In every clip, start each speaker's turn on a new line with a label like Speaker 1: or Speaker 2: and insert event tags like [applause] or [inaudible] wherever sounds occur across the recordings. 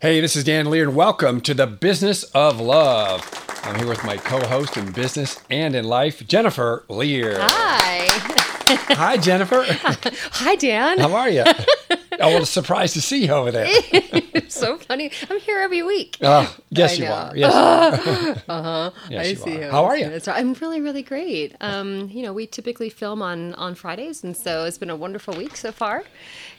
Speaker 1: Hey, this is Dan Lear, and welcome to the Business of Love. I'm here with my co host in business and in life, Jennifer Lear.
Speaker 2: Hi.
Speaker 1: Hi, Jennifer.
Speaker 2: [laughs] Hi, Dan.
Speaker 1: How are you? Oh, what a surprise to see you over
Speaker 2: [laughs]
Speaker 1: there.
Speaker 2: It's so funny. I'm here every week.
Speaker 1: Oh, yes,
Speaker 2: I
Speaker 1: you
Speaker 2: know. Uh-huh.
Speaker 1: are.
Speaker 2: [laughs]
Speaker 1: Yes, uh [laughs] yes,
Speaker 2: I
Speaker 1: you
Speaker 2: see
Speaker 1: are.
Speaker 2: you.
Speaker 1: How are you?
Speaker 2: That's right. I'm really, really great. Um, you know, we typically film on on Fridays, and so it's been a wonderful week so far,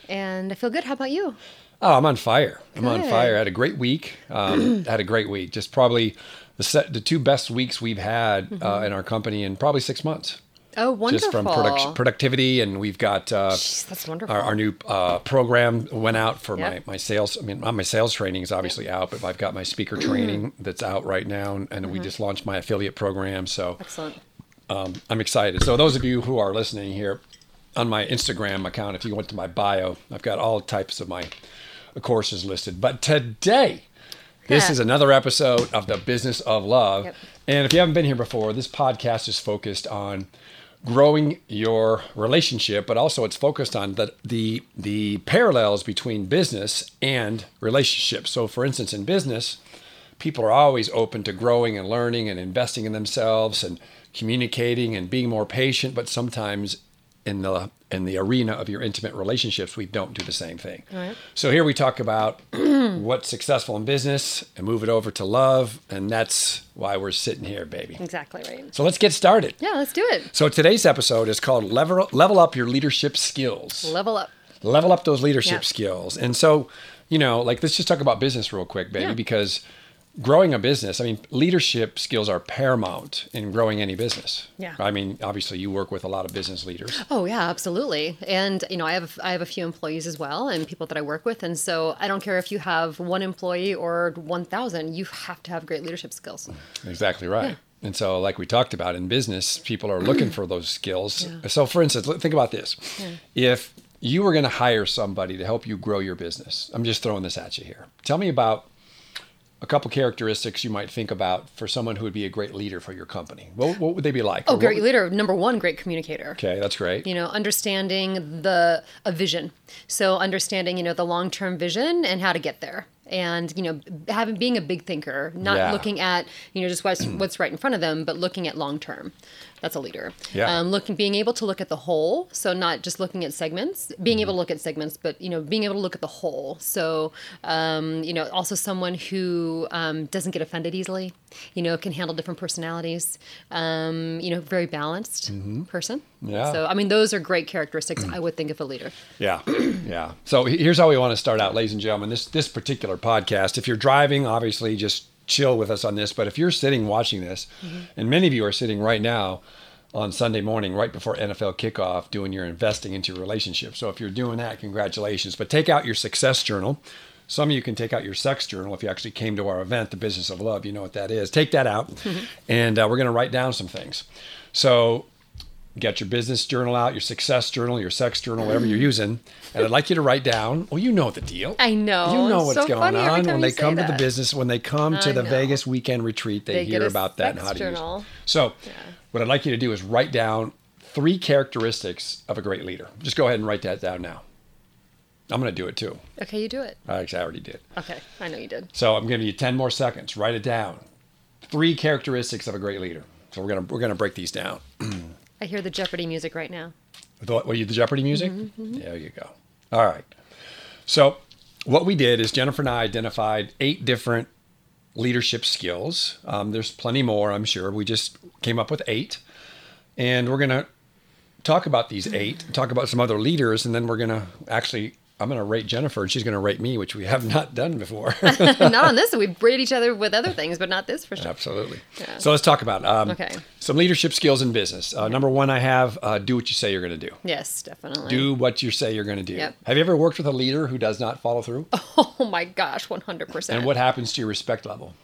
Speaker 2: and I feel good. How about you?
Speaker 1: Oh, I'm on fire. I'm on
Speaker 2: Good.
Speaker 1: fire. I had a great week. Um,
Speaker 2: [clears throat]
Speaker 1: had a great week. Just probably the set, the two best weeks we've had
Speaker 2: Mm-hmm.
Speaker 1: uh, in our company in probably six months.
Speaker 2: Oh, wonderful.
Speaker 1: Just from production productivity, and we've got uh,
Speaker 2: Jeez, that's wonderful.
Speaker 1: our, our new uh, program went out for
Speaker 2: Yep.
Speaker 1: my, my sales. I mean, not my sales training is obviously out, but I've got my
Speaker 2: [clears throat]
Speaker 1: speaker training that's out right now, and,
Speaker 2: Mm-hmm.
Speaker 1: and we just launched my affiliate program. So
Speaker 2: Excellent.
Speaker 1: um, I'm excited. So those of you who are listening here on my Instagram account, if you went to my bio, I've got all types of my courses listed. But today, this
Speaker 2: Yeah.
Speaker 1: is another episode of the Business of Love.
Speaker 2: Yep.
Speaker 1: And if you haven't been here before, this podcast is focused on growing your relationship, but also it's focused on the the the parallels between business and relationships. So for instance, in business, people are always open to growing and learning and investing in themselves and communicating and being more patient, but sometimes in the in the arena of your intimate relationships, we don't do the same thing. So here we talk about [clears throat] what's successful in business and move it over to love, and that's why we're sitting here, baby.
Speaker 2: Exactly right.
Speaker 1: So let's get started.
Speaker 2: Yeah, let's do it.
Speaker 1: So today's episode is called Level, Level Up Your Leadership Skills.
Speaker 2: Level up.
Speaker 1: Level up those leadership
Speaker 2: Yeah.
Speaker 1: skills. And so, you know, like let's just talk about business real quick, baby,
Speaker 2: Yeah.
Speaker 1: because growing a business, I mean, leadership skills are paramount in growing any business.
Speaker 2: Yeah.
Speaker 1: I mean, obviously you work with a lot of business leaders.
Speaker 2: Oh yeah, absolutely. And you know, I have I have a few employees as well, and people that I work with, and so I don't care if you have one employee or one thousand, you have to have great leadership skills.
Speaker 1: Exactly right. And so, like we talked about in business, people are looking for those skills. So, for instance, let- think about this: if you were going to hire somebody to help you grow your business, I'm just throwing this at you here. Tell me about a couple characteristics you might think about for someone who would be a great leader for your company. What, what would they be like? Or
Speaker 2: Oh,
Speaker 1: what
Speaker 2: great
Speaker 1: would-
Speaker 2: leader, number one, great communicator.
Speaker 1: Okay, that's great.
Speaker 2: You know, understanding the a vision. So understanding, you know, the long term vision and how to get there. And you know, having being a big thinker, not
Speaker 1: Yeah.
Speaker 2: looking at you know
Speaker 1: [clears throat]
Speaker 2: just what's what's right in front of them, but looking at long term. That's a leader.
Speaker 1: Yeah.
Speaker 2: Um, looking, being able to look at the whole, so not just looking at segments.
Speaker 1: Mm-hmm.
Speaker 2: Being able to look at segments, but you know, being able to look at the whole. So, um, you know, also someone who um, doesn't get offended easily. You know, can handle different personalities. Um, you know, very balanced person.
Speaker 1: Mm-hmm. Yeah.
Speaker 2: So I mean, those are great characteristics I would think of a leader.
Speaker 1: Yeah, yeah. So he- here's how we want to start out, ladies and gentlemen. This this particular podcast. If you're driving, obviously, just chill with us on this. But if you're sitting watching this, and many of you are sitting right now on Sunday morning, right before NFL kickoff, doing your investing into your relationship. So if you're doing that, congratulations. But take out your success journal. Some of you can take out your sex journal if you actually came to our event, The Business of Love. You know what that is. Take that out, and uh, we're going to write down some things. So you got your business journal out, your success journal, your sex journal, whatever you're using. And I'd like you to write down, well, you know the deal.
Speaker 2: I know.
Speaker 1: You know
Speaker 2: It's
Speaker 1: what's
Speaker 2: so
Speaker 1: going
Speaker 2: funny every
Speaker 1: on
Speaker 2: time
Speaker 1: when
Speaker 2: you
Speaker 1: they
Speaker 2: say
Speaker 1: come to the
Speaker 2: that.
Speaker 1: business, when they come to
Speaker 2: I
Speaker 1: the
Speaker 2: know.
Speaker 1: Vegas weekend retreat, they,
Speaker 2: They get
Speaker 1: hear
Speaker 2: a
Speaker 1: about that and
Speaker 2: sex
Speaker 1: how to use
Speaker 2: journal.
Speaker 1: it. So, what I'd like you to do is write down three characteristics of a great leader. Just go ahead and write that down now. I'm going to do it too.
Speaker 2: Okay, you do it.
Speaker 1: Actually, I already did.
Speaker 2: Okay, I know you did.
Speaker 1: So I'm giving you 10 more seconds. Write it down. Three characteristics of a great leader. So we're going to we're going to break these down.
Speaker 2: I hear the Jeopardy music right
Speaker 1: [laughs]
Speaker 2: now.
Speaker 1: The, were you the Jeopardy music?
Speaker 2: Mm-hmm,
Speaker 1: There you go. All right. So, what we did is Jennifer and I identified eight different leadership skills. Um, there's plenty more, I'm sure. We just came up with eight, and we're gonna talk about these eight, talk about some other leaders, and then we're gonna actually. I'm going to rate Jennifer and she's going to rate me, which we have not done
Speaker 2: [laughs]
Speaker 1: before. [laughs]
Speaker 2: not on this. We braid each other with other things, but not this for sure.
Speaker 1: Absolutely.
Speaker 2: Yeah.
Speaker 1: So let's talk about um,
Speaker 2: Okay.
Speaker 1: some leadership skills in business. Uh, number one, I have uh, do what you say you're going to do.
Speaker 2: Yes, definitely.
Speaker 1: do what you say you're going to do.
Speaker 2: Yep.
Speaker 1: Have you ever worked with a leader who does not follow through?
Speaker 2: Oh my gosh, one hundred percent.
Speaker 1: And what happens to your respect level?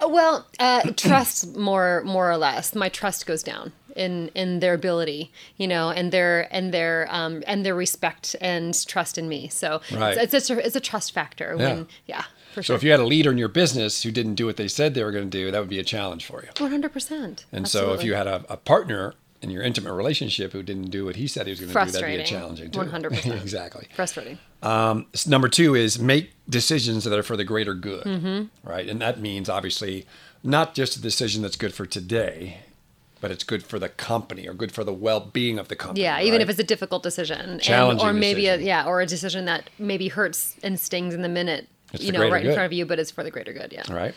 Speaker 2: Well, uh, trust more more or less. My trust goes down in in their ability, you know, and their and their um and their respect and trust in me. So
Speaker 1: Right.
Speaker 2: it's, it's, a, it's a trust factor. When, yeah, for
Speaker 1: So
Speaker 2: sure.
Speaker 1: if you had a leader in your business who didn't do what they said they were going to do, that would be a challenge for you.
Speaker 2: one hundred percent.
Speaker 1: And so if you had a, a partner in your intimate relationship who didn't do what he said he was going to do, that'd be a challenging
Speaker 2: Frustrating.
Speaker 1: too.
Speaker 2: 100%.
Speaker 1: [laughs] exactly.
Speaker 2: Frustrating.
Speaker 1: S- Number two is make decisions that are for the greater good,
Speaker 2: Mm-hmm.
Speaker 1: right? And that means obviously not just a decision that's good for today, but it's good for the company or good for the well-being of the company.
Speaker 2: Yeah, even if
Speaker 1: right?
Speaker 2: it's a difficult decision, And-
Speaker 1: Challenging
Speaker 2: or maybe a,
Speaker 1: decision.
Speaker 2: yeah, or a decision that maybe hurts and stings in the minute,
Speaker 1: It's
Speaker 2: you
Speaker 1: the
Speaker 2: know,
Speaker 1: greater
Speaker 2: right
Speaker 1: good.
Speaker 2: in front of you, but it's for the greater good. Yeah,
Speaker 1: All right.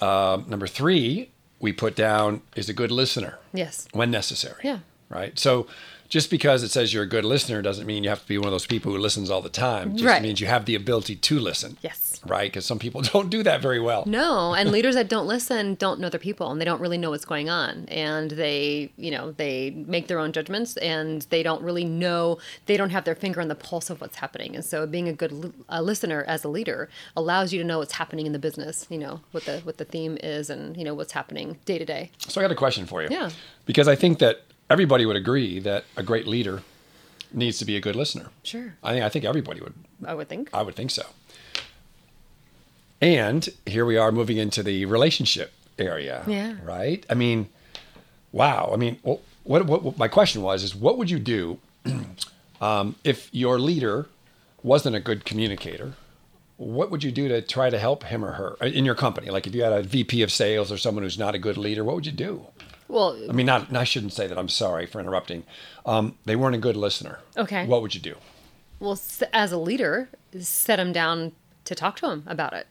Speaker 1: Um, number three, we put down is a good listener.
Speaker 2: Yes.
Speaker 1: When necessary.
Speaker 2: Yeah.
Speaker 1: Right. So just because it says you're a good listener doesn't mean you have to be one of those people who listens all the time. It just
Speaker 2: Right.
Speaker 1: means you have the ability to listen.
Speaker 2: Yes.
Speaker 1: Right. Because some people [laughs] don't do that very well.
Speaker 2: No, and leaders that don't listen don't know their people, and they don't really know what's going on, and they, you know, they make their own judgments, and they don't really know, they don't have their finger on the pulse of what's happening, and so being a good l- uh, listener as a leader allows you to know what's happening in the business, you know, what the what the theme is, and you know what's happening day to day.
Speaker 1: So I got a question for you.
Speaker 2: Yeah.
Speaker 1: Because I think that everybody would agree that a great leader needs to be a good listener.
Speaker 2: Sure,
Speaker 1: I think I think everybody would
Speaker 2: I would think.
Speaker 1: I would think so. And here we are moving into the relationship area.
Speaker 2: Yeah.
Speaker 1: Right? I mean, wow. I mean, wh- what, what, what my question was is what would you do [clears throat] um, if your leader wasn't a good communicator? What would you do to try to help him or her uh, in your company? Like if you had a VP of sales or someone who's not a good leader, what would you do?
Speaker 2: Well,
Speaker 1: I mean, not, I shouldn't say that. I'm sorry for interrupting. Um, they weren't a good listener.
Speaker 2: Okay.
Speaker 1: What would you do?
Speaker 2: well s- as a leader set him down to talk to him about it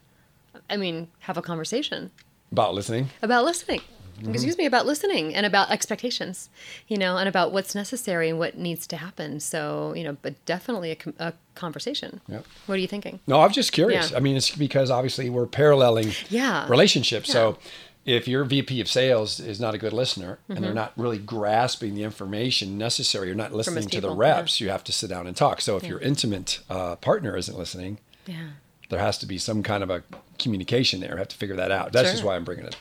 Speaker 2: i mean have a conversation
Speaker 1: About listening?
Speaker 2: about listening
Speaker 1: Mm-hmm.
Speaker 2: excuse me about listening and about expectations you know and about what's necessary and what needs to happen so you know but definitely a, com- a conversation
Speaker 1: Yep.
Speaker 2: what are you thinking
Speaker 1: No, I'm just curious.
Speaker 2: Yeah.
Speaker 1: I mean, it's because obviously we're paralleling
Speaker 2: Yeah.
Speaker 1: relationships. So if your VP of sales is not a good listener and
Speaker 2: Mm-hmm.
Speaker 1: they're not really grasping the information necessary, you're not listening to the
Speaker 2: people, yeah.
Speaker 1: reps, you have to sit down and talk. So if your intimate uh, partner isn't listening,
Speaker 2: yeah
Speaker 1: there has to be some kind of a communication there. I have to figure that out. That's
Speaker 2: Sure.
Speaker 1: just why I'm bringing it.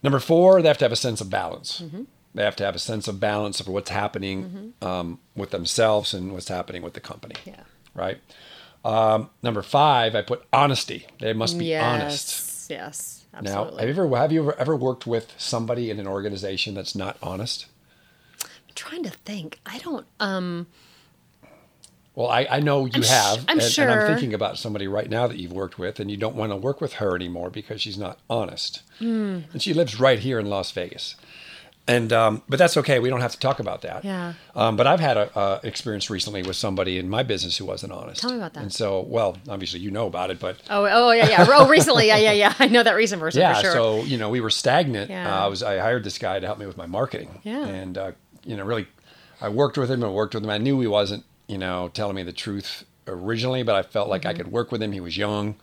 Speaker 1: Number four, they have to have a sense of balance. They have to have a sense of balance of what's happening um, with themselves and what's happening with the company.
Speaker 2: Yeah.
Speaker 1: Right. Um, number five, I put honesty. They must be
Speaker 2: yes
Speaker 1: honest.
Speaker 2: yes
Speaker 1: Now,
Speaker 2: absolutely
Speaker 1: have you ever have you ever, ever worked with somebody in an organization that's not honest?
Speaker 2: trying to think i don't um
Speaker 1: Well, I, I know you
Speaker 2: sh-
Speaker 1: have, and, and
Speaker 2: I'm
Speaker 1: I'm
Speaker 2: sure.
Speaker 1: thinking about somebody right now that you've worked with, and you don't want to work with her anymore because she's not honest,
Speaker 2: Hmm.
Speaker 1: and she lives right here in Las Vegas, and um, but that's okay. We don't have to talk about that.
Speaker 2: Yeah.
Speaker 1: Um, but I've had a, a experience recently with somebody in my business who wasn't honest.
Speaker 2: Tell me about that.
Speaker 1: And so, well, obviously you know about it, but
Speaker 2: oh oh yeah yeah oh recently yeah yeah [laughs] yeah i know that recent person
Speaker 1: yeah,
Speaker 2: for sure
Speaker 1: so you know we were stagnant.
Speaker 2: Yeah.
Speaker 1: Uh, I was I hired this guy to help me with my marketing.
Speaker 2: Yeah.
Speaker 1: and uh, you know really, I worked with him and worked with him. I knew he wasn't you know telling me the truth originally, but I felt like I could work with him. He was young.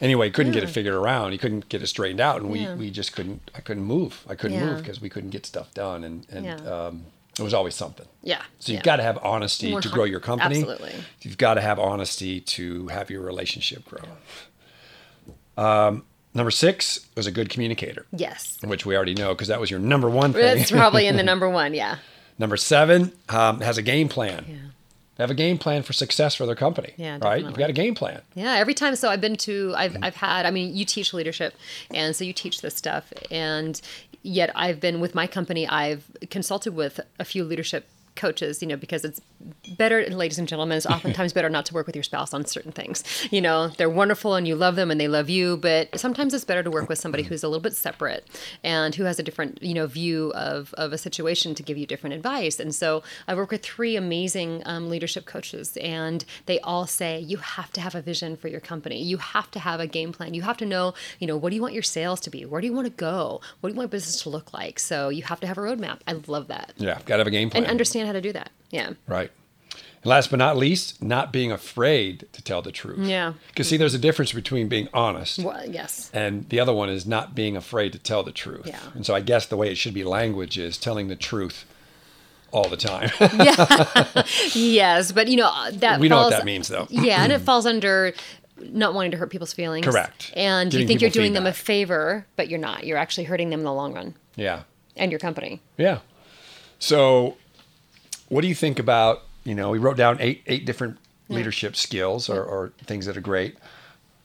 Speaker 1: Anyway, couldn't get it
Speaker 2: Mm-hmm. Yeah.
Speaker 1: figured around. He couldn't get it straightened out, and we,
Speaker 2: Yeah.
Speaker 1: we just couldn't. I couldn't move. I couldn't
Speaker 2: Yeah.
Speaker 1: move because we couldn't get stuff done, and and
Speaker 2: Yeah.
Speaker 1: um, it was always something.
Speaker 2: yeah
Speaker 1: So you've got
Speaker 2: yeah.
Speaker 1: to have honesty to grow your company.
Speaker 2: Absolutely.
Speaker 1: You've got to have honesty to have your relationship grow. Um, number six was a good communicator,
Speaker 2: yes
Speaker 1: which we already know because that was your number one thing.
Speaker 2: It's probably in the number one, yeah.
Speaker 1: [laughs] number seven um, has a game plan.
Speaker 2: Yeah.
Speaker 1: Have a game plan for success for their company.
Speaker 2: Yeah,
Speaker 1: right. You've
Speaker 2: definitely.
Speaker 1: got a game plan.
Speaker 2: Yeah, every time. So I've been to, I've, I've had, I mean, you teach leadership, and so you teach this stuff. And yet I've been with my company, I've consulted with a few leadership coaches, you know, because it's better, ladies and gentlemen, it's oftentimes better not to work with your spouse on certain things. You know, they're wonderful and you love them and they love you, but sometimes it's better to work with somebody who's a little bit separate and who has a different, you know, view of, of a situation to give you different advice. And so I work with three amazing um, leadership coaches, and they all say you have to have a vision for your company. You have to have a game plan. You have to know, you know, what do you want your sales to be? Where do you want to go? What do you want business to look like? So you have to have a roadmap. I love that.
Speaker 1: Yeah. Got to have a game plan.
Speaker 2: And understand how to do that. Yeah.
Speaker 1: Right. And last but not least, not being afraid to tell the truth.
Speaker 2: Yeah.
Speaker 1: Because see, there's a difference between being honest
Speaker 2: Well, yes.
Speaker 1: and the other one is not being afraid to tell the truth.
Speaker 2: Yeah.
Speaker 1: And so I guess the way it should be language is telling the truth all the
Speaker 2: [laughs]
Speaker 1: time.
Speaker 2: Yes, but you know uh,
Speaker 1: [laughs]
Speaker 2: that
Speaker 1: we know
Speaker 2: falls,
Speaker 1: what that means, though. [clears throat]
Speaker 2: yeah, and it falls under not wanting to hurt people's feelings.
Speaker 1: Correct.
Speaker 2: And
Speaker 1: Giving
Speaker 2: you think you're
Speaker 1: people
Speaker 2: doing them a
Speaker 1: feedback.
Speaker 2: favor, but you're not. You're actually hurting them in the long run
Speaker 1: yeah.
Speaker 2: and your company.
Speaker 1: Yeah. So, what do you think about? You know, we wrote down eight eight different leadership skills or, or things that are great.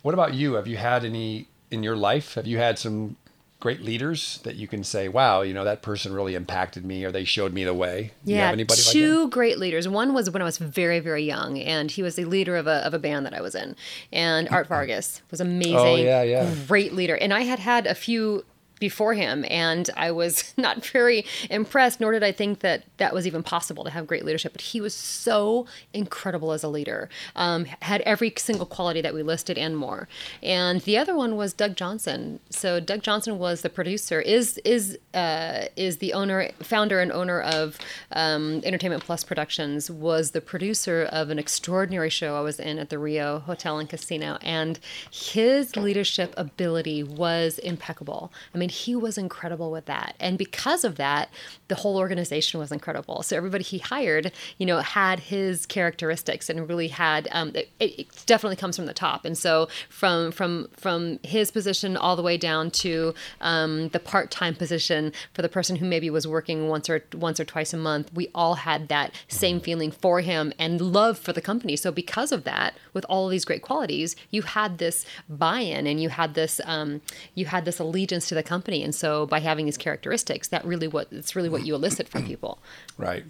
Speaker 1: What about you? Have you had any in your life? Have you had some great leaders that you can say, wow, you know, that person really impacted me or they showed me the way? Do you
Speaker 2: Yeah,
Speaker 1: have anybody like that?
Speaker 2: two great leaders. One was when I was very, very young, and he was the leader of a, of a band that I was in. And
Speaker 1: [clears throat]
Speaker 2: Art Vargas was amazing.
Speaker 1: Oh, yeah, yeah.
Speaker 2: Great leader. And I had had a few before him, and I was [laughs] not very impressed, nor did I think that that was even possible to have great leadership. But he was so incredible as a leader, um, had every single quality that we listed and more. And the other one was Doug Johnson. So Doug Johnson was the producer, is is uh, is the owner, founder, and owner of um, Entertainment Plus Productions. Was the producer of an extraordinary show I was in at the Rio Hotel and Casino, and his leadership ability was impeccable. I mean, he was incredible with that, and because of that, the whole organization was incredible. So everybody he hired, you know, had his characteristics and really had. Um, it, it definitely comes from the top, and so from from from his position all the way down to um, the part-time position for the person who maybe was working once or once or twice a month. We all had that same feeling for him and love for the company. So because of that, with all of these great qualities, you had this buy-in and you had this um, you had this allegiance to the company. And so by having these characteristics, that really what it's really what you elicit from people.
Speaker 1: Right.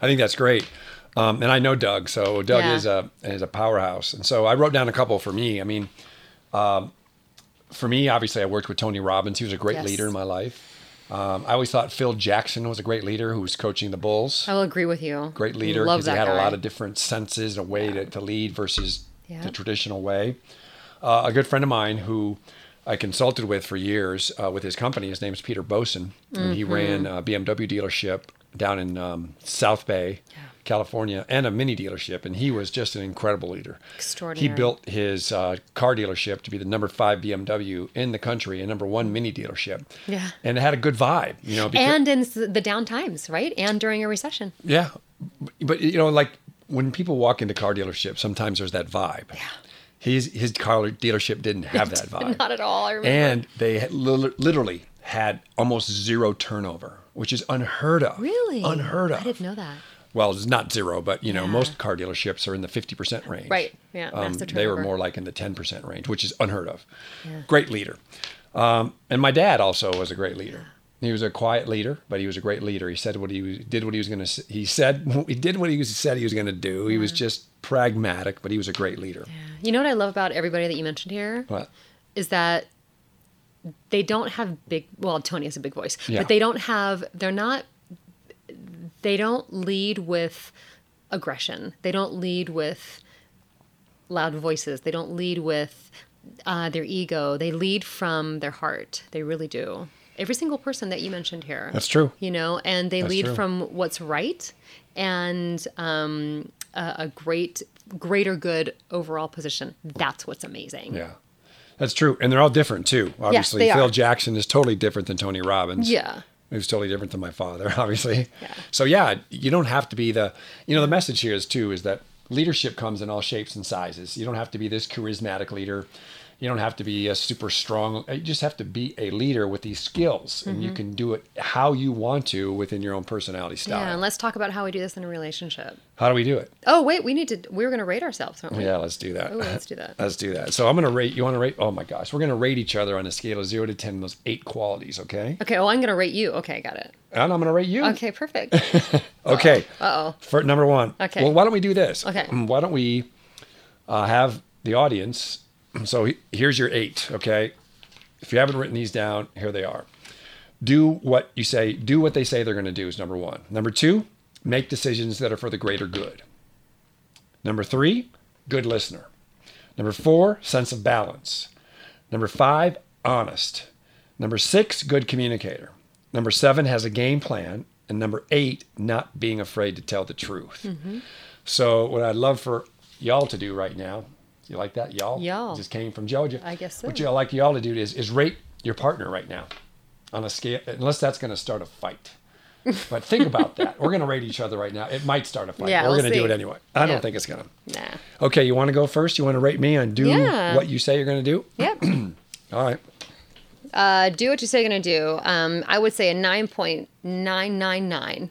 Speaker 1: I think that's great. Um, and I know Doug, so Doug
Speaker 2: Yeah.
Speaker 1: is a is a powerhouse. And so I wrote down a couple for me. I mean, um, for me, obviously, I worked with Tony Robbins. He was a great
Speaker 2: Yes.
Speaker 1: leader in my life. Um, I always thought Phil Jackson was a great leader who was coaching the Bulls.
Speaker 2: I will agree with you.
Speaker 1: great leader
Speaker 2: Love
Speaker 1: because he
Speaker 2: that
Speaker 1: had a
Speaker 2: guy.
Speaker 1: lot of different senses and a way to, to lead versus
Speaker 2: Yeah.
Speaker 1: the traditional way. Uh, a good friend of mine who I consulted with for years uh, with his company, his name's Peter Boson, and he ran
Speaker 2: Mm-hmm.
Speaker 1: a BMW dealership down in um, South Bay, California, and a mini dealership, and he was just an incredible leader.
Speaker 2: Extraordinary.
Speaker 1: He built his uh, car dealership to be the number five BMW in the country and number one mini dealership.
Speaker 2: Yeah.
Speaker 1: and it had a good vibe, you know. because-
Speaker 2: and in s- the down times, right? And during a recession.
Speaker 1: yeah. But you know, like when people walk into car dealerships, sometimes there's that vibe. Yeah. His his car dealership didn't
Speaker 2: [laughs]
Speaker 1: have that vibe.
Speaker 2: Not at all. I remember.
Speaker 1: and they had lit- literally had almost zero turnover, which is unheard of.
Speaker 2: really?
Speaker 1: Unheard of.
Speaker 2: I didn't know that.
Speaker 1: Well, it's not zero, but you know,
Speaker 2: Yeah.
Speaker 1: most car dealerships are in the 50% range.
Speaker 2: Right. Yeah,
Speaker 1: Um,
Speaker 2: massive
Speaker 1: they were
Speaker 2: turnover.
Speaker 1: more like in the 10% range, which is unheard of.
Speaker 2: Yeah.
Speaker 1: Great leader. Um, and my dad also was a great leader. He was a quiet leader, but he was a great leader. He said what he was, did what he was going to he said [laughs] he did what he was, said he was going to do. He
Speaker 2: Mm.
Speaker 1: was just pragmatic, but he was a great leader.
Speaker 2: You know what I love about everybody that you mentioned here?
Speaker 1: But
Speaker 2: is that they don't have big well tony has a big voice
Speaker 1: Yeah.
Speaker 2: but they don't have they're not they don't lead with aggression they don't lead with loud voices they don't lead with uh, their ego they lead from their heart they really do every single person that you mentioned here
Speaker 1: that's true.
Speaker 2: you know and they
Speaker 1: That's
Speaker 2: lead
Speaker 1: true.
Speaker 2: from what's right and um, a, a great greater good overall position that's what's amazing
Speaker 1: Yeah. That's true. And they're all different too. Obviously,
Speaker 2: they
Speaker 1: Phil
Speaker 2: are.
Speaker 1: Jackson is totally different than Tony Robbins.
Speaker 2: yeah
Speaker 1: It was totally different than my father, [laughs] obviously.
Speaker 2: Yeah.
Speaker 1: So yeah, you don't have to be the you know, the message here is too is that leadership comes in all shapes and sizes. You don't have to be this charismatic leader. You don't have to be a super strong. uh, You just have to be a leader with these skills, and
Speaker 2: Mm-hmm.
Speaker 1: you can do it how you want to within your own personality
Speaker 2: Yeah,
Speaker 1: style.
Speaker 2: and let's talk about how we do this in a relationship.
Speaker 1: how do we do it?
Speaker 2: Oh, wait, we need to. We were going to rate ourselves, aren't we?
Speaker 1: Yeah, Uh, let's do that.
Speaker 2: Oh, let's do that.
Speaker 1: [laughs] Let's do that. So I'm gonna rate. You want to rate? Oh my gosh, we're gonna rate each other on a scale of zero to ten. Those eight qualities, okay?
Speaker 2: Okay. Oh, I'm going to rate you. Okay, I got it.
Speaker 1: And I'm gonna rate you.
Speaker 2: Okay, perfect.
Speaker 1: Okay.
Speaker 2: Uh oh.
Speaker 1: For number one.
Speaker 2: Okay.
Speaker 1: Well, why don't we do this?
Speaker 2: Okay.
Speaker 1: Um, Why don't we uh, have the audience? mm, So he- here's your eight. Okay. If you haven't written these down, here they are. Do what you say. Do what they say they're going to do is number one. Number two, make decisions that are for the greater good. Number three, good listener. Number four, sense of balance. Number five, honest. Number six, good communicator. Number seven, has a game plan. And number eight, not being afraid to tell the truth.
Speaker 2: Mm-hmm.
Speaker 1: So, what I'd love for y'all to do right now, you like that, y'all?
Speaker 2: Y'all.
Speaker 1: Just came from Georgia.
Speaker 2: I guess so.
Speaker 1: What y'all like y'all to do is, is rate your partner right now on a scale, unless that's going to start a
Speaker 2: [laughs]
Speaker 1: fight. But think about that. We're going to rate each other right now. It might start a fight.
Speaker 2: Yeah,
Speaker 1: We're
Speaker 2: we'll
Speaker 1: going to do it
Speaker 2: see.
Speaker 1: anyway. I
Speaker 2: Yeah.
Speaker 1: don't think it's going to.
Speaker 2: Nah.
Speaker 1: Okay, you want to go first? You want to rate me and do
Speaker 2: Yeah.
Speaker 1: what you say you're going to do?
Speaker 2: Yep.
Speaker 1: All right.
Speaker 2: Uh, do what you say you're going to do. Um, I would say a nine point nine nine nine.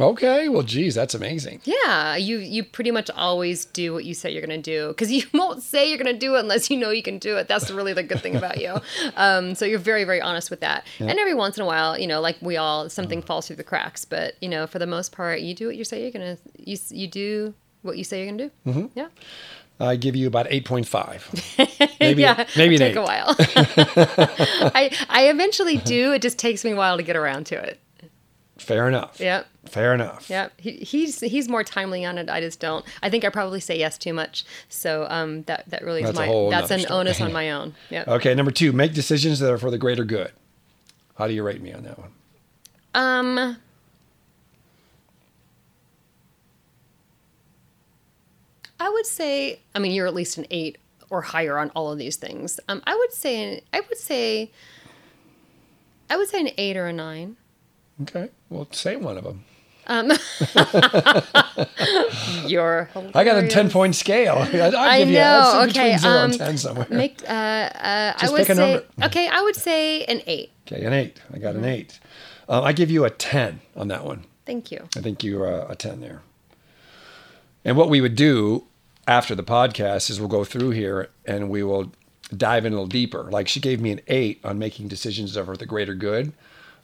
Speaker 1: Okay. Well, geez, that's amazing.
Speaker 2: Yeah, you you pretty much always do what you say you're going to do because you [laughs] won't say you're going to do it unless you know you can do it. That's really the good thing about you. Um, so you're very very honest with that. And every once in a while, you know, like we all, something falls through the cracks. But you know, for the most part, you do what you say you're going to. You s- you do what you say you're going to do. Yeah.
Speaker 1: I give you about
Speaker 2: [laughs]
Speaker 1: 8.5. Maybe,
Speaker 2: yeah,
Speaker 1: maybe an
Speaker 2: take
Speaker 1: eight.
Speaker 2: a while. [laughs] I I eventually do. It just takes me a while to get around to it.
Speaker 1: Fair enough.
Speaker 2: Yep.
Speaker 1: Fair enough.
Speaker 2: Yeah, he, he's he's more timely on it. I just don't. I think I probably say yes too much. So um, that that really
Speaker 1: That's
Speaker 2: is
Speaker 1: a
Speaker 2: my
Speaker 1: whole
Speaker 2: that's
Speaker 1: nother
Speaker 2: an
Speaker 1: story.
Speaker 2: onus on my own. Yeah.
Speaker 1: Okay. Number two, make decisions that are for the greater good. How do you rate me on that one?
Speaker 2: Um. I would say. I mean, you're at least an eight or higher on all of these things. Um, I would say. I would say. I would say an eight or a nine.
Speaker 1: Okay. Well, say one of them.
Speaker 2: You're.
Speaker 1: I got a
Speaker 2: hilarious.
Speaker 1: 10 point scale. [laughs] I'd, I'd
Speaker 2: I
Speaker 1: give you
Speaker 2: know,
Speaker 1: I'd say between
Speaker 2: okay,
Speaker 1: 0 and
Speaker 2: um,
Speaker 1: 10 somewhere.
Speaker 2: Make. Uh. uh
Speaker 1: Just
Speaker 2: I would
Speaker 1: pick a
Speaker 2: say.
Speaker 1: number.
Speaker 2: Okay, I would say an eight.
Speaker 1: okay. An eight. I
Speaker 2: Mm-hmm.
Speaker 1: got an eight. Um, I give you a 10 on that one.
Speaker 2: Thank you.
Speaker 1: I think you are a 10 there. And what we would do after the podcast is we'll go through here and we will dive in a little deeper. Like she gave me an eight on making decisions over the greater good.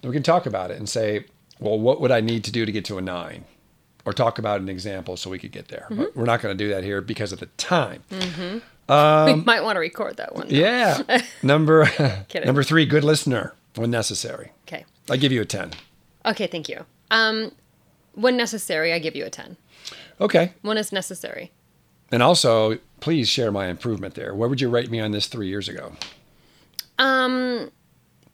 Speaker 1: Then we can talk about it and say, well, what would I need to do to get to a nine? Or talk about an example so we could get there. But we're not going to do that here because of the time.
Speaker 2: we might want to record that one.
Speaker 1: Yeah. number [laughs]
Speaker 2: Kidding.
Speaker 1: number three, good listener when necessary.
Speaker 2: Okay.
Speaker 1: I give you a 10.
Speaker 2: Okay, thank you. Um, when necessary, I give you a 10.
Speaker 1: Okay.
Speaker 2: When it's necessary.
Speaker 1: And also, please share my improvement there. Where would you rate me on this three years ago?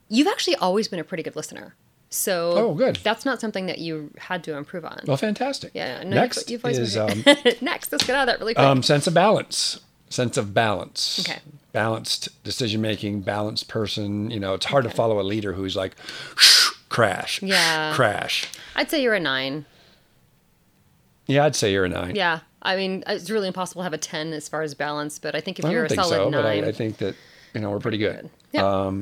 Speaker 2: You've actually always been a pretty good listener. So
Speaker 1: Oh, good.
Speaker 2: that's not something that you had to improve on.
Speaker 1: Well, fantastic.
Speaker 2: yeah, no,
Speaker 1: Next
Speaker 2: you've, you've always
Speaker 1: is
Speaker 2: been [laughs]
Speaker 1: um,
Speaker 2: good. Next, let's get out of that really quick.
Speaker 1: um, sense of balance. Sense of balance.
Speaker 2: Okay.
Speaker 1: Balanced decision making, balanced person. You know, it's hard to follow a leader who's like, crash,
Speaker 2: Yeah.
Speaker 1: crash.
Speaker 2: I'd say you're a 9.
Speaker 1: Yeah, I'd say you're a nine.
Speaker 2: Yeah. I mean, it's really impossible to have a 10 as far as balance, but I think if
Speaker 1: I
Speaker 2: you're
Speaker 1: don't think
Speaker 2: a solid
Speaker 1: so,
Speaker 2: 9.
Speaker 1: but I, I think um, that you know we're pretty good.
Speaker 2: yeah,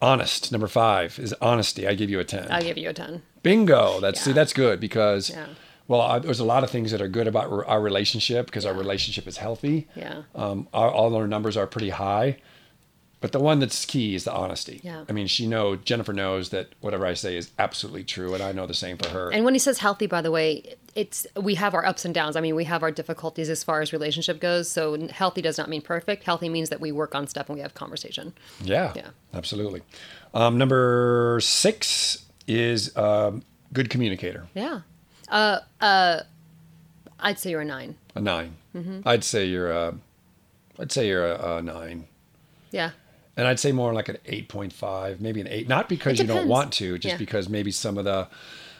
Speaker 1: Honest. Number five is honesty. I give you a ten.
Speaker 2: I'll give you a 10.
Speaker 1: Bingo. That's see,
Speaker 2: Yeah.
Speaker 1: that's good because,
Speaker 2: Yeah.
Speaker 1: well, I, there's a lot of things that are good about our relationship because our relationship is healthy.
Speaker 2: Yeah.
Speaker 1: Um, our, all our numbers are pretty high, but the one that's key is the honesty.
Speaker 2: Yeah.
Speaker 1: I mean, she know Jennifer knows that whatever I say is absolutely true, and I know the same for her.
Speaker 2: And when he says healthy, by the way, it's we have our ups and downs. I mean, we have our difficulties as far as relationship goes. So n- healthy does not mean perfect. Healthy means that we work on stuff and we have conversation.
Speaker 1: yeah.
Speaker 2: Yeah.
Speaker 1: Absolutely. Um, number six is um, good communicator.
Speaker 2: Yeah. Uh, uh, I'd say you're a nine.
Speaker 1: A 9
Speaker 2: Mm-hmm.
Speaker 1: i I'd say you're a. I'd say you're a, a nine.
Speaker 2: Yeah.
Speaker 1: And I'd say more like an 8.5, maybe an 8, not because
Speaker 2: It
Speaker 1: you don't
Speaker 2: depends.
Speaker 1: want to, just
Speaker 2: Yeah.
Speaker 1: because maybe some of the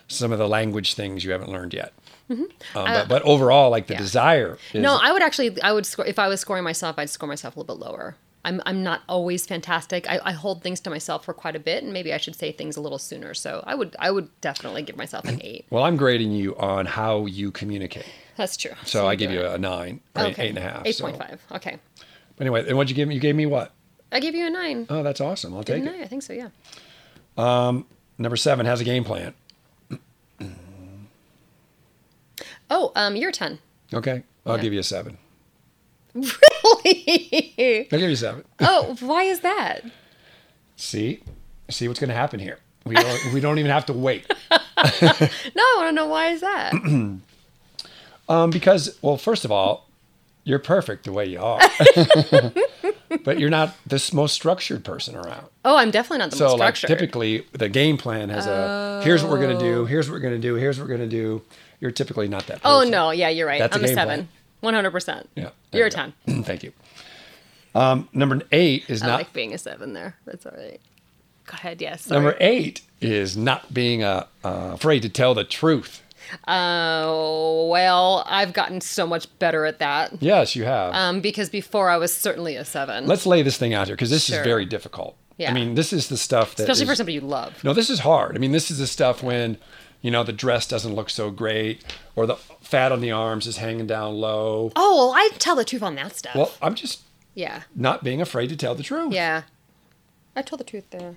Speaker 1: some of the language things you haven't learned yet. Um, but, but overall, like the
Speaker 2: Mm-hmm. Uh, yeah.
Speaker 1: desire is
Speaker 2: No, I would actually. I would score if I was scoring myself. I'd score myself a little bit lower. I'm I'm not always fantastic. I, I hold things to myself for quite a bit, and maybe I should say things a little sooner. So I would I would definitely give myself an eight.
Speaker 1: well, I'm grading you on how you communicate.
Speaker 2: That's true.
Speaker 1: So, I
Speaker 2: you're
Speaker 1: give you
Speaker 2: doing
Speaker 1: a nine
Speaker 2: it.
Speaker 1: or an
Speaker 2: Okay.
Speaker 1: eight and a half.
Speaker 2: Eight
Speaker 1: so-
Speaker 2: point five. Okay.
Speaker 1: But anyway, and what'd you give me? You gave me what?
Speaker 2: I give you a nine.
Speaker 1: Oh, that's awesome. I'll take
Speaker 2: Didn't
Speaker 1: it.
Speaker 2: I? I think so. Yeah.
Speaker 1: Number seven has a game plan.
Speaker 2: Oh, um, you're ten.
Speaker 1: Okay. I'll
Speaker 2: Yeah.
Speaker 1: give you a seven.
Speaker 2: Really?
Speaker 1: I'll give you a seven.
Speaker 2: [laughs]
Speaker 1: [laughs]
Speaker 2: oh, why is that?
Speaker 1: See? See what's going to happen here. We don't, we don't even have to wait.
Speaker 2: No, I want to know why is that. [clears throat]
Speaker 1: Um, because, well, first of all, you're perfect the way you
Speaker 2: [laughs]
Speaker 1: are, but you're not the s- most structured person around.
Speaker 2: Oh, I'm definitely not the
Speaker 1: So,
Speaker 2: most
Speaker 1: like,
Speaker 2: structured.
Speaker 1: typically, the game plan has a here's what we're gonna do, here's what we're gonna do, here's what we're gonna do. You're typically not that.
Speaker 2: oh
Speaker 1: person.
Speaker 2: no, yeah, you're right.
Speaker 1: That's a
Speaker 2: I'm a,
Speaker 1: game plan.
Speaker 2: seven. One hundred percent.
Speaker 1: Yeah, there
Speaker 2: You're a
Speaker 1: you go.
Speaker 2: ten.
Speaker 1: [clears throat] Thank you. Um, number eight is
Speaker 2: I
Speaker 1: not
Speaker 2: like being a seven there. That's all right. Go ahead. Yes. sorry.
Speaker 1: number eight is not being uh, uh, afraid to tell the truth.
Speaker 2: Oh well, I've gotten so much better at that.
Speaker 1: Yes, you have.
Speaker 2: Um, because before I was certainly a seven,
Speaker 1: Let's lay this thing out here because this is
Speaker 2: Sure.
Speaker 1: very difficult.
Speaker 2: Yeah.
Speaker 1: I mean, this is the stuff that
Speaker 2: especially
Speaker 1: is-
Speaker 2: for somebody you love.
Speaker 1: No, this is hard. I mean, this is the stuff when, you know, the dress doesn't look so great or the fat on the arms is hanging down low.
Speaker 2: Oh, well, I tell the truth on that stuff.
Speaker 1: Well, I'm just
Speaker 2: yeah.
Speaker 1: not being afraid to tell the truth.
Speaker 2: Yeah. I told the truth there.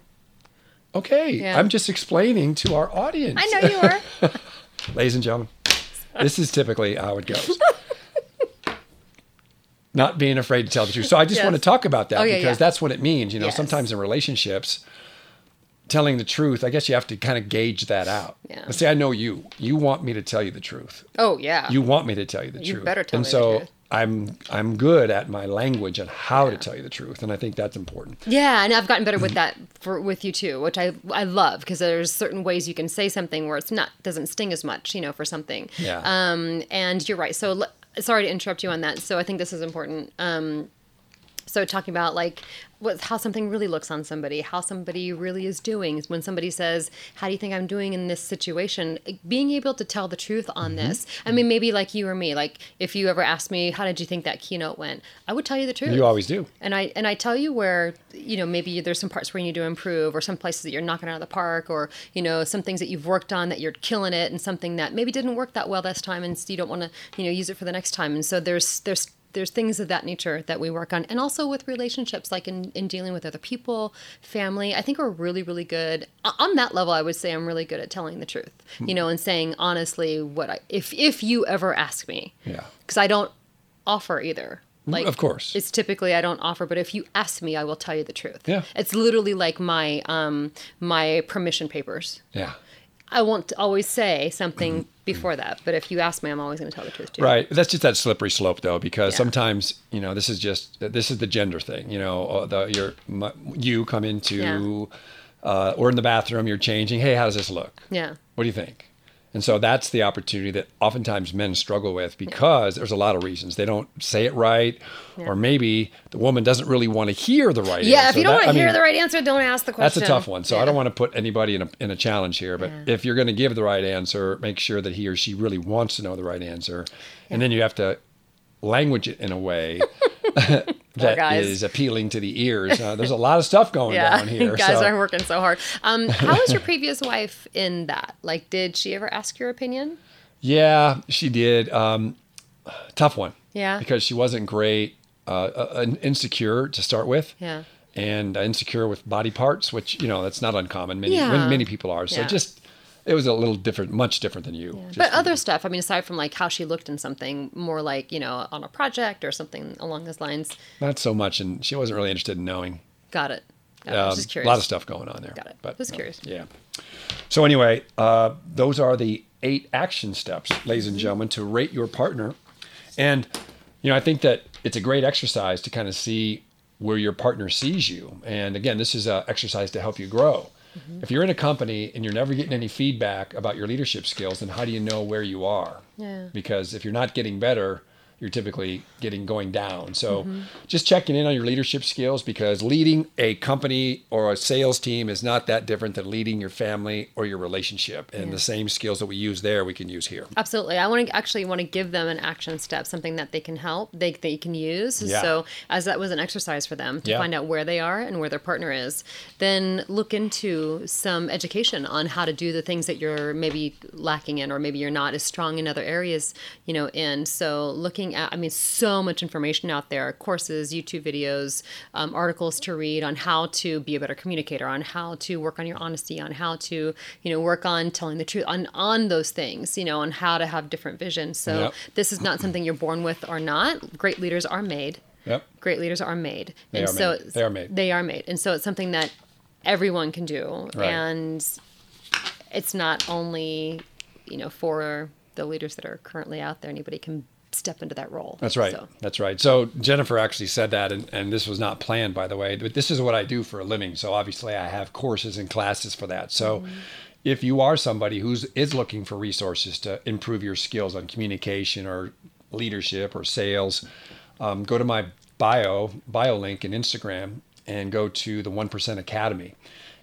Speaker 1: Okay.
Speaker 2: Yeah.
Speaker 1: I'm just explaining to our audience. [laughs]
Speaker 2: I know you were.
Speaker 1: Ladies and gentlemen, this is typically how it
Speaker 2: [laughs]
Speaker 1: goes. Not being afraid to tell the truth. So I just
Speaker 2: Yes.
Speaker 1: want to talk about that
Speaker 2: Oh, yeah,
Speaker 1: because
Speaker 2: yeah.
Speaker 1: that's what it means. You know,
Speaker 2: Yes.
Speaker 1: sometimes in relationships, telling the truth, I guess you have to kind of gauge that out.
Speaker 2: Yeah.
Speaker 1: Let's say I know you. You want me to tell you the truth.
Speaker 2: Oh yeah.
Speaker 1: You want me to tell you the
Speaker 2: You
Speaker 1: truth.
Speaker 2: better tell
Speaker 1: and
Speaker 2: me the
Speaker 1: so
Speaker 2: truth.
Speaker 1: I'm I'm good at my language and how to tell you the truth. And I think that's important.
Speaker 2: Yeah, and I've gotten better with that for with you too, which I I love because there's certain ways you can say something where it's not doesn't sting as much, you know, for something.
Speaker 1: Yeah.
Speaker 2: Um, and you're right. So l- sorry to interrupt you on that. So I think this is important. Um, so talking about like what how something really looks on somebody, how somebody really is doing. When somebody says, "How do you think I'm doing in this situation?" Being able to tell the truth on
Speaker 1: Mm-hmm.
Speaker 2: this. I mean, maybe like you or me. Like if you ever asked me, "How did you think that keynote went?" I would tell you the truth.
Speaker 1: You always do.
Speaker 2: And I and I tell you where you know maybe there's some parts where you need to improve, or some places that you're knocking out of the park, or you know some things that you've worked on that you're killing it, and something that maybe didn't work that well this time, and so you don't want to you know use it for the next time. And so there's there's there's things of that nature that we work on, and also with relationships, like in, in dealing with other people, family. I think we're really really good O- on that level. I would say I'm really good at telling the truth,
Speaker 1: Hmm.
Speaker 2: you know, and saying honestly what I if if you ever ask me,
Speaker 1: Yeah.
Speaker 2: because I don't offer either. Like
Speaker 1: of course.
Speaker 2: it's typically I don't offer, but if you ask me, I will tell you the truth.
Speaker 1: Yeah.
Speaker 2: It's literally like my um my permission papers.
Speaker 1: Yeah.
Speaker 2: I won't always say something before that, but if you ask me, I'm always going to tell the truth to you.
Speaker 1: Mm-hmm. Right. That's just that slippery slope, though, because
Speaker 2: Yeah.
Speaker 1: sometimes you know this is just this is the gender thing. You know, uh, the, your m- you come into uh, or in the bathroom, you're changing. Hey, how does this look?
Speaker 2: Yeah.
Speaker 1: What do you think? And so that's the opportunity that oftentimes men struggle with because there's a lot of reasons they don't say it right, or maybe the woman doesn't really want to hear the right.
Speaker 2: Yeah.
Speaker 1: answer.
Speaker 2: if you don't
Speaker 1: That-
Speaker 2: want
Speaker 1: I
Speaker 2: to hear
Speaker 1: mean,
Speaker 2: the right answer, don't ask the
Speaker 1: That's
Speaker 2: question.
Speaker 1: a tough one. So I
Speaker 2: Yeah.
Speaker 1: don't want to put anybody in a, in a challenge here, but
Speaker 2: Yeah.
Speaker 1: if you're going to give the right answer, make sure that he or she really wants to know the right answer. And then you have to language it in a
Speaker 2: [laughs]
Speaker 1: way [laughs] that
Speaker 2: guys.
Speaker 1: is appealing to the ears. Uh, there's a lot of stuff going
Speaker 2: Yeah,
Speaker 1: down here.
Speaker 2: [laughs] guys
Speaker 1: so-
Speaker 2: are working so hard. Um, how
Speaker 1: [laughs]
Speaker 2: was your previous wife in that? Like, did she ever ask your opinion?
Speaker 1: Yeah, she did. Um, tough one.
Speaker 2: Yeah.
Speaker 1: Because she wasn't great, uh, uh, uh, insecure to start with.
Speaker 2: Yeah.
Speaker 1: And uh, insecure with body parts, which, you know, that's not uncommon. Many,
Speaker 2: Yeah.
Speaker 1: many people are. So
Speaker 2: Yeah.
Speaker 1: just, it was a little different, much different than you. Just
Speaker 2: but other stuff, I mean, aside from like how she looked in something, more like, you know, on a project or something along those lines.
Speaker 1: Not so much. And she wasn't really interested in knowing.
Speaker 2: Got it. Got it. I was
Speaker 1: Um,
Speaker 2: just curious.
Speaker 1: A lot of stuff going on there.
Speaker 2: Got it. Just
Speaker 1: no,
Speaker 2: curious.
Speaker 1: Yeah. So anyway, uh, those are the eight action steps, ladies
Speaker 2: Mm-hmm.
Speaker 1: and gentlemen, to rate your partner. And you know, I think that it's a great exercise to kind of see where your partner sees you. And again, this is an exercise to help you grow. If you're in a company and you're never getting any feedback about your leadership skills, then how do you know where you are?
Speaker 2: Yeah.
Speaker 1: Because if you're not getting better, you're typically getting going down. So just checking in on your leadership skills because leading a company or a sales team is not that different than leading your family or your relationship. And the same skills that we use there, we can use here.
Speaker 2: Absolutely. I want to actually want to give them an action step, something that they can help, they they can use.
Speaker 1: Yeah.
Speaker 2: So as that was an exercise for them to
Speaker 1: Yeah.
Speaker 2: find out where they are and where their partner is, then look into some education on how to do the things that you're maybe lacking in or maybe you're not as strong in other areas, you know, in. So looking at I mean so much information out there, courses, YouTube videos, um, articles to read on how to be a better communicator, on how to work on your honesty, on how to, you know, work on telling the truth, on on those things, you know, on how to have different visions. So
Speaker 1: Yep.
Speaker 2: this is not something you're born with or not. Great leaders are made.
Speaker 1: Yep.
Speaker 2: Great leaders are made.
Speaker 1: They
Speaker 2: and
Speaker 1: are
Speaker 2: so
Speaker 1: made.
Speaker 2: it's-
Speaker 1: They are made.
Speaker 2: They are made. And so it's something that everyone can do.
Speaker 1: Right.
Speaker 2: And it's not only, you know, for the leaders that are currently out there. Anybody can step into that role.
Speaker 1: That's right.
Speaker 2: So,
Speaker 1: That's right. So Jennifer actually said that, and, and this was not planned, by the way, but this is what I do for a living. So obviously, I have courses and classes for that. So if you are somebody who's is looking for resources to improve your skills on communication or leadership or sales, um, go to my bio bio link in Instagram and go to the One Percent Academy.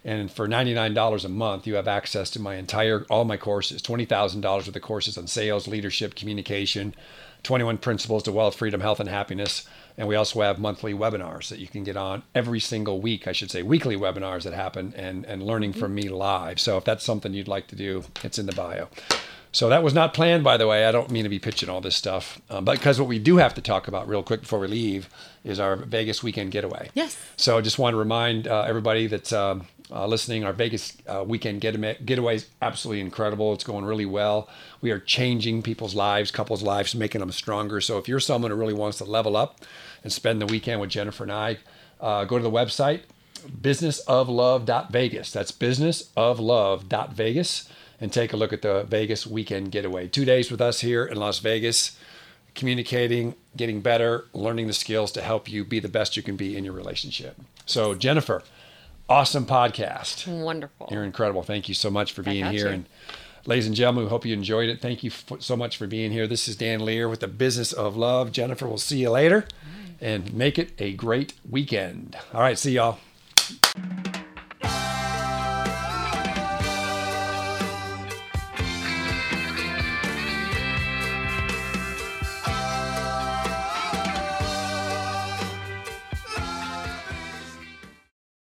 Speaker 1: And for $99 a month, you have access to my entire, all my courses, $20,000 worth of courses on sales, leadership, communication, 21 principles to wealth, freedom, health, and happiness. And we also have monthly webinars that you can get on every single week, I should say, weekly webinars that happen and, and learning from me live. So if that's something you'd like to do, it's in the bio. So that was not planned, by the way. I don't mean to be pitching all this stuff, um, but because what we do have to talk about real quick before we leave is our Vegas weekend getaway.
Speaker 2: Yes.
Speaker 1: So I just want to remind uh, everybody that um, uh, listening. Our Vegas uh, weekend getaway, getaway is absolutely incredible. It's going really well. We are changing people's lives, couples' lives, making them stronger. So if you're someone who really wants to level up and spend the weekend with Jennifer and I, uh, go to the website businessoflove.vegas. That's businessoflove.vegas and take a look at the Vegas weekend getaway. Two days with us here in Las Vegas, communicating, getting better, learning the skills to help you be the best you can be in your relationship. So, Jennifer, awesome podcast.
Speaker 2: Wonderful.
Speaker 1: You're incredible. Thank you so much for being
Speaker 2: got
Speaker 1: here.
Speaker 2: you.
Speaker 1: And ladies and gentlemen, we hope you enjoyed it. Thank you f- so much for being here. This is Dan Lear with the Business of Love. Jennifer, we'll see you later and make it a great weekend. All right, see y'all.